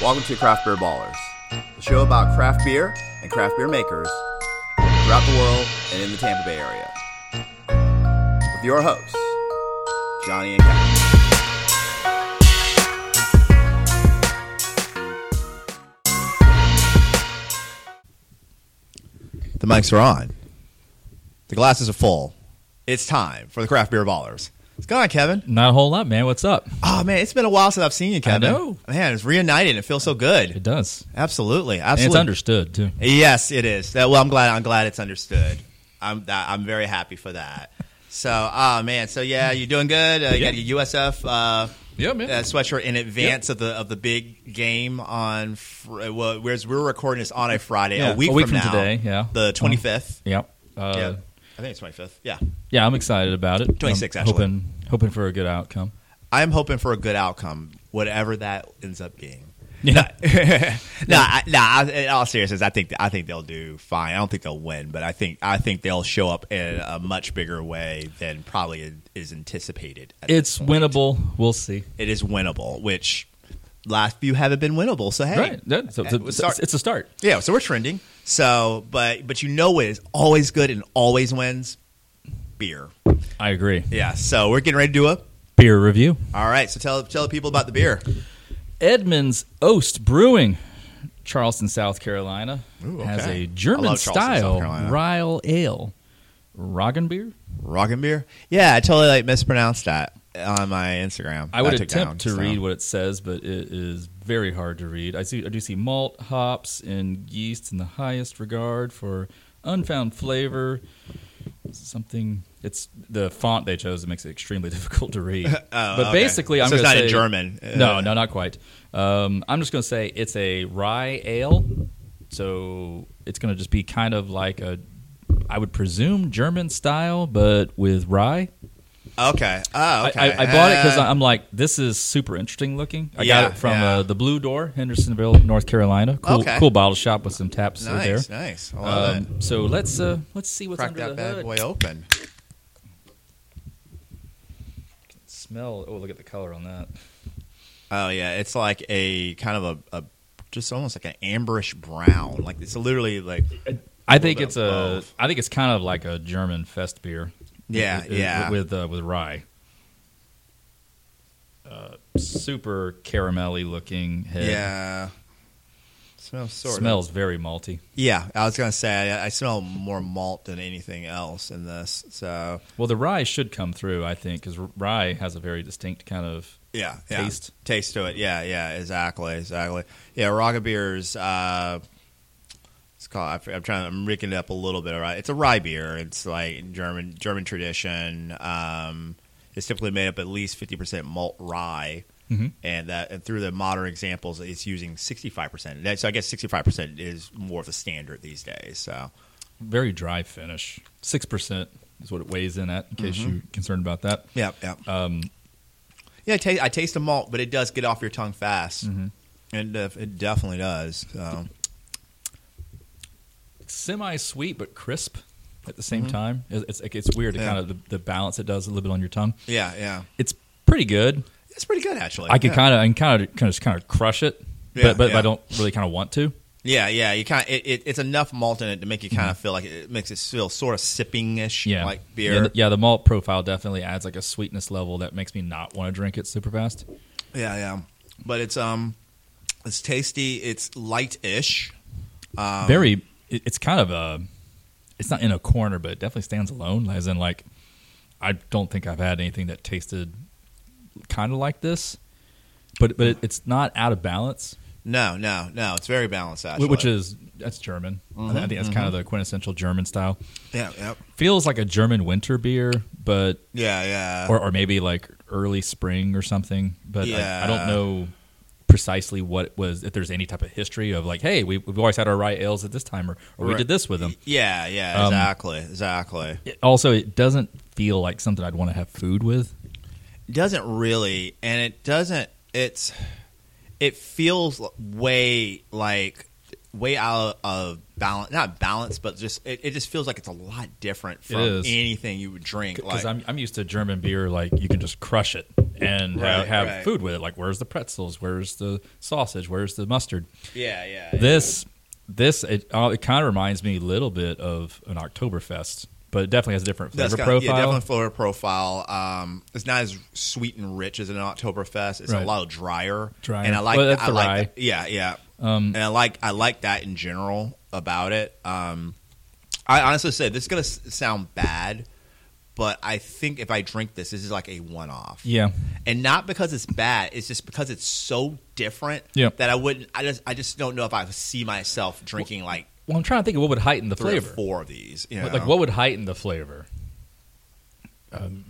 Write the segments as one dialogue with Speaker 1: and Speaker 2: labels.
Speaker 1: Welcome to Craft Beer Ballers, the show about craft beer and craft beer makers throughout the world and in the Tampa Bay area. With your hosts, Johnny and Kevin. The mics are on. The glasses are full. It's time for the Craft Beer Ballers. What's going on, Kevin?
Speaker 2: Not a whole lot, man. What's up?
Speaker 1: Oh, man, it's been a while since I've seen you, Kevin.
Speaker 2: know.
Speaker 1: Man, it's reunited. It feels so good.
Speaker 2: It does.
Speaker 1: Absolutely,
Speaker 2: And it's
Speaker 1: absolutely.
Speaker 2: understood too.
Speaker 1: Yes, it is. That- Well, I'm glad. I'm glad it's understood. I'm I'm very happy for that. So, ah, man. So yeah, you're doing good. Uh, you
Speaker 2: Yeah.
Speaker 1: got your USF uh,
Speaker 2: Yeah,
Speaker 1: uh, sweatshirt in advance of the of the big game on. Fr- uh, well, whereas we're recording this on a Friday,
Speaker 2: Yeah,
Speaker 1: a week
Speaker 2: a week
Speaker 1: from,
Speaker 2: from
Speaker 1: now,
Speaker 2: today, yeah.
Speaker 1: the 25th.
Speaker 2: yeah. Uh,
Speaker 1: yeah,
Speaker 2: yeah.
Speaker 1: I think it's 25th. Yeah,
Speaker 2: I'm excited about it.
Speaker 1: 26
Speaker 2: I'm
Speaker 1: actually.
Speaker 2: Hoping, hoping for a good outcome.
Speaker 1: I'm hoping for a good outcome, whatever that ends up being.
Speaker 2: Yeah.
Speaker 1: no, I, no. I, in all seriousness, I think I think they'll do fine. I don't think they'll win, but I think I think they'll show up in a much bigger way than probably is anticipated. at
Speaker 2: It's
Speaker 1: this point.
Speaker 2: winnable. We'll see.
Speaker 1: It is winnable, which last few haven't been winnable. So hey,
Speaker 2: right. Yeah, so- so-
Speaker 1: we'll start-
Speaker 2: it's a start.
Speaker 1: yeah. So we're trending. So, but but you know what is always good and always wins beer.
Speaker 2: I agree.
Speaker 1: Yeah. So we're getting ready to do a.
Speaker 2: Beer review.
Speaker 1: All right. So tell tell the people about the beer.
Speaker 2: Edmonds Oast Brewing, Charleston, South Carolina,
Speaker 1: Ooh, okay.
Speaker 2: has
Speaker 1: I
Speaker 2: a
Speaker 1: love
Speaker 2: German
Speaker 1: Charleston, South
Speaker 2: style
Speaker 1: Carolina.
Speaker 2: Ryle Ale, Roggenbier.
Speaker 1: Rockin' beer? Yeah, I totally like mispronounced that on my Instagram.
Speaker 2: I would
Speaker 1: took
Speaker 2: attempt
Speaker 1: down,
Speaker 2: to
Speaker 1: so.
Speaker 2: read what it says, but it is very hard to read. I see, I do see malt, hops, and yeast in the highest regard for unfound flavor. Something. It's the font they chose that makes it extremely difficult to read.
Speaker 1: Oh,
Speaker 2: but
Speaker 1: okay.
Speaker 2: basically, I'm
Speaker 1: so it's
Speaker 2: gonna
Speaker 1: not
Speaker 2: say,
Speaker 1: in German.
Speaker 2: No,
Speaker 1: Uh,
Speaker 2: no, not quite. Um, I'm just going to say it's a rye ale, so it's going to just be kind of like a, I would presume German style, but with rye.
Speaker 1: Okay. Oh, okay.
Speaker 2: I, I, I bought it because
Speaker 1: Uh,
Speaker 2: I'm like, this is super interesting looking. I
Speaker 1: Yeah,
Speaker 2: got it from
Speaker 1: yeah.
Speaker 2: uh, the Blue Door, Hendersonville, North Carolina. Cool,
Speaker 1: Okay.
Speaker 2: cool bottle shop with some taps over
Speaker 1: nice,
Speaker 2: there.
Speaker 1: nice. I love it.
Speaker 2: Um, so let's uh, let's see what's
Speaker 1: Crack
Speaker 2: under
Speaker 1: that
Speaker 2: the
Speaker 1: bad
Speaker 2: hood.
Speaker 1: boy open.
Speaker 2: Smell. Oh, look at the color on that.
Speaker 1: Oh yeah, it's like a kind of a, a just almost like an amberish brown. Like it's literally like
Speaker 2: I think
Speaker 1: bit
Speaker 2: it's
Speaker 1: of
Speaker 2: a.
Speaker 1: both.
Speaker 2: I think it's kind of like a German fest beer.
Speaker 1: Yeah,
Speaker 2: With- with-
Speaker 1: yeah.
Speaker 2: With uh, with rye. Uh, super caramelly looking head.
Speaker 1: yeah. Smells sort of.
Speaker 2: Smells very malty.
Speaker 1: Yeah, I was gonna say I, I smell more malt than anything else in this. So
Speaker 2: Well, the rye should come through, I think, because rye has a very distinct kind of
Speaker 1: yeah, yeah.
Speaker 2: taste.
Speaker 1: taste to it. Yeah, yeah, exactly, exactly. Yeah, Raga beers. Uh, it's called. I- I'm trying. I'm rigging it up a little bit. All right, it's a rye beer. It's like German German tradition. Um, it's typically made up at least 50 percent malt rye.
Speaker 2: Mhm.
Speaker 1: And that and through the modern examples, it's using 65%. That, so I guess 65% is more of the standard these days. So
Speaker 2: Very dry finish. Six percent is what it weighs in at. In case
Speaker 1: Mm-hmm.
Speaker 2: you're concerned about that.
Speaker 1: yeah, yeah,
Speaker 2: Um,
Speaker 1: yeah. I ta- I taste the malt, but it does get off your tongue fast, and uh, it definitely does. So.
Speaker 2: semi-sweet but crisp at the same time. It- It's it's weird.
Speaker 1: Mm-hmm. Yeah.
Speaker 2: It kind of the, the balance it does a little bit on your tongue.
Speaker 1: Yeah, yeah.
Speaker 2: It's pretty good.
Speaker 1: It's pretty good actually.
Speaker 2: I can
Speaker 1: yeah.
Speaker 2: kind of and kind of kind of just kind of crush it,
Speaker 1: Yeah,
Speaker 2: but but
Speaker 1: yeah.
Speaker 2: I don't really kind of want to.
Speaker 1: Yeah, yeah. You kind of, it, it, it's enough malt in it to make you kind of feel like it, it makes it feel sort of sipping ish,
Speaker 2: Mm-hmm. Yeah,
Speaker 1: like
Speaker 2: Yeah
Speaker 1: beer.
Speaker 2: the, yeah, the malt profile definitely adds like a sweetness level that makes me not want to drink it super fast.
Speaker 1: Yeah, yeah. But it's um, it's tasty. It's light ish. Um,
Speaker 2: Very. It, it's kind of a. It's not in a corner, but it definitely stands alone. As in, like, I don't think I've had anything that tasted kind of like this. But but it, it's not out of balance,
Speaker 1: No, no, no. It's very balanced actually.
Speaker 2: wh- which is that's German. I
Speaker 1: Mm-hmm,
Speaker 2: think- I think that's kind of the quintessential German style.
Speaker 1: yeah, yeah,
Speaker 2: Feels like a German winter beer, but
Speaker 1: yeah, yeah.
Speaker 2: or, or maybe like early spring or something. But I, I
Speaker 1: Yeah.
Speaker 2: don't know precisely what it was. If there's any type of history of like, hey, we, we've always had our rye ales at this time, or, or we
Speaker 1: Right.
Speaker 2: did this with them.
Speaker 1: yeah, yeah.
Speaker 2: Um,
Speaker 1: exactly, exactly.
Speaker 2: It, also, it doesn't feel like something I'd want to have food with.
Speaker 1: doesn't really and it doesn't it's it feels way like way out of balance not balance but just it, it just feels like it's a lot different from
Speaker 2: is.
Speaker 1: anything you would drink
Speaker 2: Because
Speaker 1: like
Speaker 2: I'm, I'm used to German beer, like you can just crush it and ha-
Speaker 1: Right,
Speaker 2: have
Speaker 1: right.
Speaker 2: food with it. Like, where's the pretzels? Where's the sausage? Where's the mustard?
Speaker 1: Yeah, yeah.
Speaker 2: This, this, it, uh, it kind of reminds me a little bit of an Oktoberfest, but it definitely has a different flavor
Speaker 1: That's got,
Speaker 2: profile.
Speaker 1: Yeah, definitely flavor profile. Um, it's not as sweet and rich as an Oktoberfest. It's
Speaker 2: Right.
Speaker 1: a lot drier.
Speaker 2: Drier.
Speaker 1: And I like
Speaker 2: Well, that's
Speaker 1: I
Speaker 2: the
Speaker 1: like
Speaker 2: rye. Um,
Speaker 1: that- Yeah, yeah. and I like I like that in general about it. Um, I honestly say this is gonna s- sound bad, but I think if I drink this, this is like a one off.
Speaker 2: Yeah.
Speaker 1: And not because it's bad, it's just because it's so different
Speaker 2: Yeah.
Speaker 1: that I wouldn't I just I just don't know if I see myself drinking like
Speaker 2: Well, I'm trying to think of what would heighten the
Speaker 1: three
Speaker 2: flavor.
Speaker 1: or four of these. You know?
Speaker 2: Like, what would heighten the flavor? Um,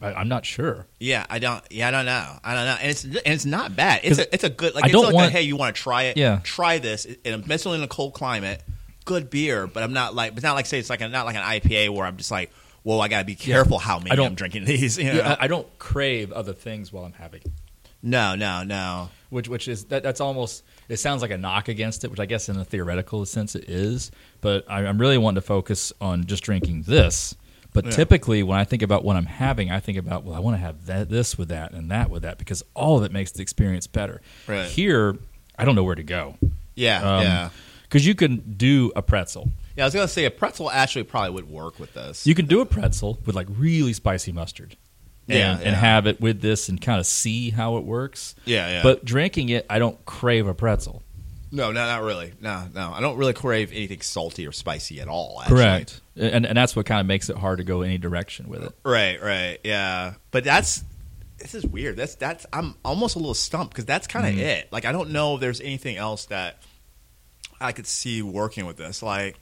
Speaker 2: I, I'm not sure.
Speaker 1: Yeah, I don't. Yeah, I don't know. I don't know. And it's and it's not bad. It's
Speaker 2: 'Cause
Speaker 1: a, it's a good. Like
Speaker 2: I
Speaker 1: it's
Speaker 2: don't
Speaker 1: like
Speaker 2: want-
Speaker 1: a, hey, you want to try it?
Speaker 2: Yeah.
Speaker 1: Try this, and especially in a cold climate, good beer. But I'm not like. But not like say it's like a, not like an IPA where I'm just like, whoa, I got to be careful how many
Speaker 2: I don't-
Speaker 1: I'm drinking these. You know?
Speaker 2: Yeah, I, I don't crave other things while I'm having, it,
Speaker 1: no, no, no.
Speaker 2: which which is that that's almost it sounds like a knock against it, which I guess in a theoretical sense it is. But I, I'm really wanting to focus on just drinking this. But
Speaker 1: Yeah.
Speaker 2: typically, when I think about what I'm having, I think about well, I want to have that, this with that, and that with that, because all of it makes the experience better.
Speaker 1: Right.
Speaker 2: Here, I don't know where to go.
Speaker 1: Yeah,
Speaker 2: Um,
Speaker 1: yeah.
Speaker 2: Because you can do a pretzel.
Speaker 1: Yeah, I was gonna say a pretzel actually probably would work with this.
Speaker 2: You can do a pretzel with like really spicy mustard. And,
Speaker 1: Yeah,
Speaker 2: and
Speaker 1: yeah.
Speaker 2: have it with this and kind of see how it works.
Speaker 1: Yeah, yeah.
Speaker 2: But drinking it, I don't crave a pretzel.
Speaker 1: no, no, not really. No, no. I don't really crave anything salty or spicy at all. Actually.
Speaker 2: And, and that's what kind of makes it hard to go any direction with it.
Speaker 1: Right, right, yeah. But that's this is weird. That's that's I'm almost a little stumped because that's kind of
Speaker 2: Mm-hmm.
Speaker 1: it. Like I don't know if there's anything else that I could see working with this. Like,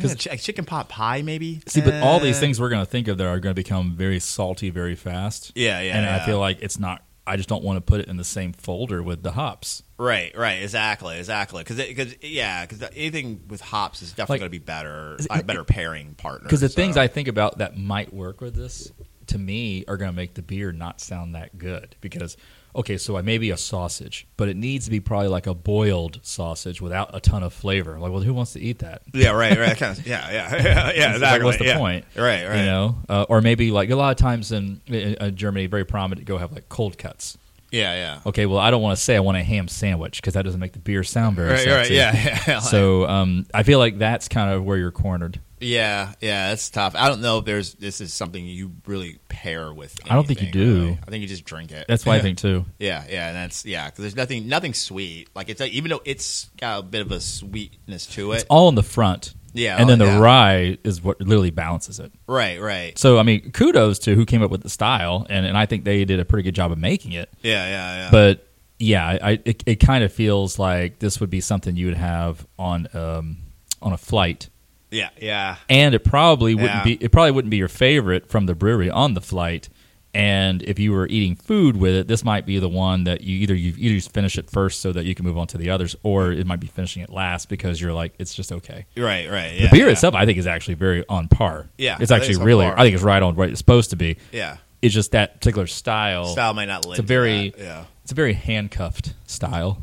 Speaker 2: 'Cause-
Speaker 1: yeah, ch- chicken pot pie maybe.
Speaker 2: See, but all these
Speaker 1: Eh.
Speaker 2: things we're going to think of there are going to become very salty very fast.
Speaker 1: Eh. Yeah, yeah,
Speaker 2: And I
Speaker 1: yeah.
Speaker 2: feel like it's not, I just don't want to put it in the same folder with the hops.
Speaker 1: Right, right, exactly, exactly. Because because yeah, because anything with hops is definitely
Speaker 2: Like-
Speaker 1: going to be better, a better pairing partner.
Speaker 2: Because the
Speaker 1: so.
Speaker 2: things I think about that might work with this, to me, are going to make the beer not sound that good. Because, okay, so I maybe a sausage, but it needs to be probably like a boiled sausage without a ton of flavor. Like, well, who wants to eat that?
Speaker 1: yeah, right, right, kind of, yeah, yeah, yeah, yeah,
Speaker 2: It's
Speaker 1: exactly.
Speaker 2: like, what's the
Speaker 1: yeah.
Speaker 2: point?
Speaker 1: Right, right,
Speaker 2: You know, uh, or maybe like a lot of times in, in, uh Germany, very prominent to go have like cold cuts.
Speaker 1: yeah, yeah.
Speaker 2: Okay, well, I don't want to say I want a ham sandwich because that doesn't make the beer sound very
Speaker 1: Right, right,
Speaker 2: sexy.
Speaker 1: yeah, yeah.
Speaker 2: So um, I feel like that's kind of where you're cornered.
Speaker 1: Yeah, yeah, that's tough. I don't know if there's this is something you really pair with.
Speaker 2: I don't think you
Speaker 1: anything,
Speaker 2: do.
Speaker 1: really. I think you just drink it.
Speaker 2: That's why I think too.
Speaker 1: Yeah, yeah, and that's yeah, because there's nothing, nothing sweet. Like it's like, even though it's got a bit of a sweetness to it.
Speaker 2: all in the front.
Speaker 1: Yeah, oh,
Speaker 2: And then the
Speaker 1: yeah.
Speaker 2: rye is what literally balances it.
Speaker 1: right, right.
Speaker 2: So I mean, kudos to who came up with the style, and, and I think they did a pretty good job of making it.
Speaker 1: Yeah, yeah, yeah.
Speaker 2: But yeah, I- I it, it kind of feels like this would be something you would have on um on a flight,
Speaker 1: yeah, yeah,
Speaker 2: and it probably wouldn't
Speaker 1: Yeah.
Speaker 2: be it probably wouldn't be your favorite from the brewery on the flight. And if you were eating food with it, this might be the one that you either you either you finish it first so that you can move on to the others, or it might be finishing it last because you're like it's just okay
Speaker 1: right, right. Yeah,
Speaker 2: the beer
Speaker 1: yeah.
Speaker 2: itself, I think, is actually very on par.
Speaker 1: Yeah,
Speaker 2: it's
Speaker 1: I think
Speaker 2: actually
Speaker 1: it's on
Speaker 2: really.
Speaker 1: par.
Speaker 2: I think it's right on what it's supposed to be.
Speaker 1: Yeah,
Speaker 2: It's just that particular style.
Speaker 1: style might not live.
Speaker 2: It's a
Speaker 1: to
Speaker 2: very,
Speaker 1: that, yeah, Mm-hmm.
Speaker 2: it's a very handcuffed style,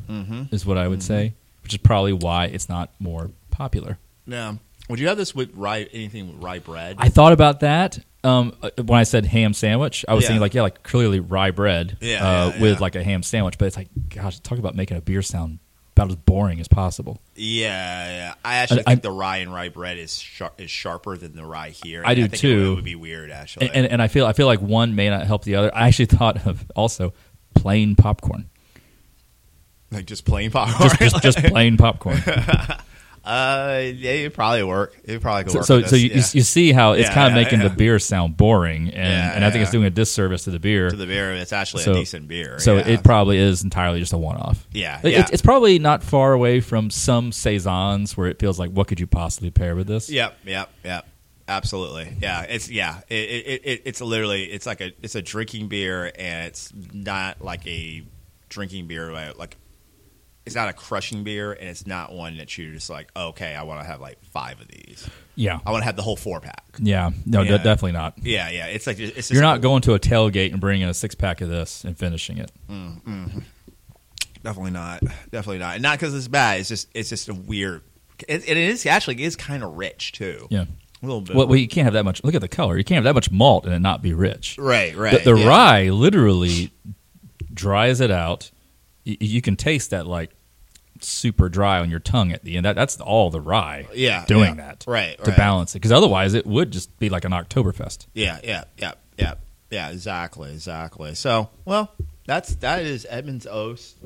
Speaker 2: is what I would say, which is probably why it's not more popular.
Speaker 1: yeah. Would you have this with rye? Anything with rye bread?
Speaker 2: I thought about that um, uh, when I said ham sandwich. I was
Speaker 1: Yeah.
Speaker 2: thinking like, yeah, like clearly rye bread
Speaker 1: Yeah,
Speaker 2: uh,
Speaker 1: yeah,
Speaker 2: with
Speaker 1: yeah.
Speaker 2: like a ham sandwich, but it's like, gosh, talk about making a beer sound about as boring as possible.
Speaker 1: yeah, yeah. I actually
Speaker 2: I-
Speaker 1: think the rye and rye bread is sharp, is sharper than the rye here.
Speaker 2: I
Speaker 1: and
Speaker 2: do
Speaker 1: think It
Speaker 2: too.
Speaker 1: would, it would be weird actually.
Speaker 2: And, and, and I feel I feel like one may not help the other. I actually thought of also plain popcorn.
Speaker 1: like just plain popcorn.
Speaker 2: just just, just plain popcorn.
Speaker 1: Uh, yeah, it'd probably work. It probably could
Speaker 2: So
Speaker 1: work.
Speaker 2: so,
Speaker 1: with
Speaker 2: so
Speaker 1: this,
Speaker 2: you, you
Speaker 1: yeah.
Speaker 2: you see how it's
Speaker 1: Yeah,
Speaker 2: kind of
Speaker 1: yeah,
Speaker 2: making
Speaker 1: yeah.
Speaker 2: the beer sound boring, and,
Speaker 1: Yeah,
Speaker 2: and I think
Speaker 1: yeah.
Speaker 2: it's doing a disservice to the beer.
Speaker 1: to the beer, it's actually
Speaker 2: So-
Speaker 1: a decent beer.
Speaker 2: so
Speaker 1: yeah.
Speaker 2: it probably is entirely just a one-off.
Speaker 1: Yeah,
Speaker 2: Like,
Speaker 1: yeah.
Speaker 2: It's, it's probably not far away from some saisons where it feels like, what could you possibly pair with this?
Speaker 1: Yep, yep, yep. Absolutely. Yeah, it's yeah. It, it, it it's literally it's like a it's a drinking beer, and it's not like a drinking beer like. like it's not a crushing beer, and it's not one that you're just like, okay, I want to have like five of these.
Speaker 2: yeah,
Speaker 1: I want to have the whole four pack.
Speaker 2: yeah. No, de-
Speaker 1: Yeah.
Speaker 2: definitely not.
Speaker 1: Yeah, yeah. It's like it's just
Speaker 2: You're not going to a tailgate and bringing a six-pack of this and finishing it.
Speaker 1: Definitely not. Definitely not. And not because it's bad. It's just it's just a weird. It, it is actually it is kind of rich too.
Speaker 2: Yeah.
Speaker 1: a little bit.
Speaker 2: Well, well, you can't have that much. Look at the color. You can't have that much malt and it not be rich.
Speaker 1: right,
Speaker 2: The,
Speaker 1: right.
Speaker 2: the
Speaker 1: yeah.
Speaker 2: rye literally dries it out. Y- you can taste that like super dry on your tongue at the end. That, that's all the rye
Speaker 1: Yeah,
Speaker 2: doing
Speaker 1: yeah.
Speaker 2: that
Speaker 1: Right,
Speaker 2: to
Speaker 1: right.
Speaker 2: balance it. Because otherwise, it would just be like an Oktoberfest.
Speaker 1: Yeah, yeah, yeah, yeah, yeah. Exactly, exactly. So, well, that's that is Edmund's Oast.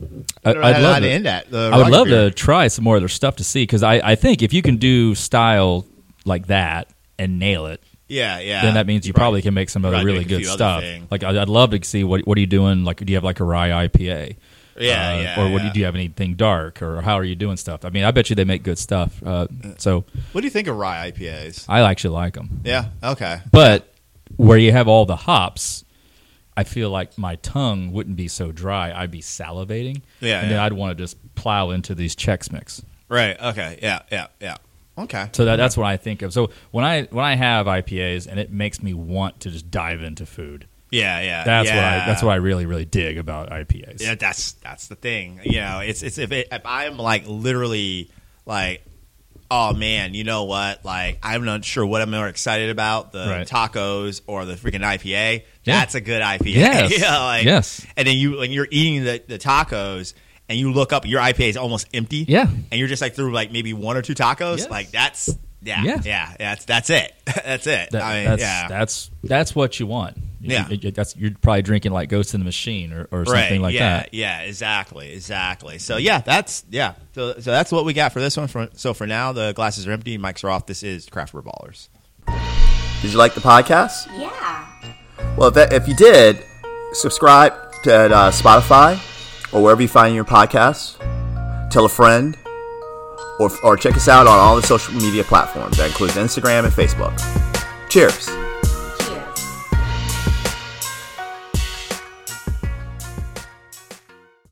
Speaker 2: I,
Speaker 1: don't know
Speaker 2: I'd
Speaker 1: how
Speaker 2: love
Speaker 1: to
Speaker 2: it.
Speaker 1: end that. The
Speaker 2: I would
Speaker 1: rock
Speaker 2: love
Speaker 1: beer.
Speaker 2: to try some more of their stuff to see because I, I think if you can do style like that and nail it,
Speaker 1: Yeah, yeah.
Speaker 2: then that means you
Speaker 1: Ah, Right.
Speaker 2: probably can make some other
Speaker 1: Right,
Speaker 2: really
Speaker 1: make a
Speaker 2: good
Speaker 1: few other
Speaker 2: stuff.
Speaker 1: thing.
Speaker 2: Like I'd, I'd love to see what what are you doing? Like do you have like a rye IPA?
Speaker 1: Yeah,
Speaker 2: Uh,
Speaker 1: yeah,
Speaker 2: Or what do
Speaker 1: yeah.
Speaker 2: you, do you have anything dark? Or how are you doing stuff? I mean, I bet you they make good stuff. Uh, so
Speaker 1: What do you think of rye IPAs?
Speaker 2: I actually like them.
Speaker 1: Yeah. Okay.
Speaker 2: But where you have all the hops, I feel like my tongue wouldn't be so dry. I'd be salivating.
Speaker 1: Yeah,
Speaker 2: and then
Speaker 1: yeah.
Speaker 2: I'd want to just plow into these Chex Mix.
Speaker 1: Right. Okay. Yeah. Yeah. Yeah. Okay.
Speaker 2: So that, that's what I think of. So when I when I have IPAs and it makes me want to just dive into food.
Speaker 1: Yeah. Yeah.
Speaker 2: That's what
Speaker 1: yeah.
Speaker 2: I that's what I really really dig about IPAs.
Speaker 1: Yeah. That's that's the thing. You know, it's it's if, it, if I'm like literally like. Oh man, you know what? Like, I'm not sure what I'm more excited about the
Speaker 2: Right.
Speaker 1: tacos or the freaking IPA.
Speaker 2: Yeah.
Speaker 1: That's a good IPA.
Speaker 2: Yes.
Speaker 1: yeah, like,
Speaker 2: Yes.
Speaker 1: And then you, when you're eating the, the tacos and you look up, your IPA is almost empty.
Speaker 2: Yeah.
Speaker 1: And you're just like through like maybe one or two tacos.
Speaker 2: Yes.
Speaker 1: Like, that's, yeah,
Speaker 2: Yeah.
Speaker 1: yeah, that's, that's it. that's it.
Speaker 2: That-
Speaker 1: I mean,
Speaker 2: that's,
Speaker 1: yeah.
Speaker 2: that's that's what you want. You-
Speaker 1: Yeah.
Speaker 2: you- that's you're probably drinking like Ghost in the Machine or, or something like
Speaker 1: yeah,
Speaker 2: that.
Speaker 1: Yeah, exactly, exactly. So yeah, that's yeah. So, so that's what we got for this one. For, so for now, the glasses are empty. Mics are off. This is Craft Beer Ballers.
Speaker 3: Did you like the podcast?
Speaker 4: Yeah.
Speaker 3: Well, if, that, if you did, subscribe to at, uh, Spotify or wherever you find your podcasts. Tell a friend, or, or check us out on all the social media platforms. That includes Instagram and Facebook. Cheers.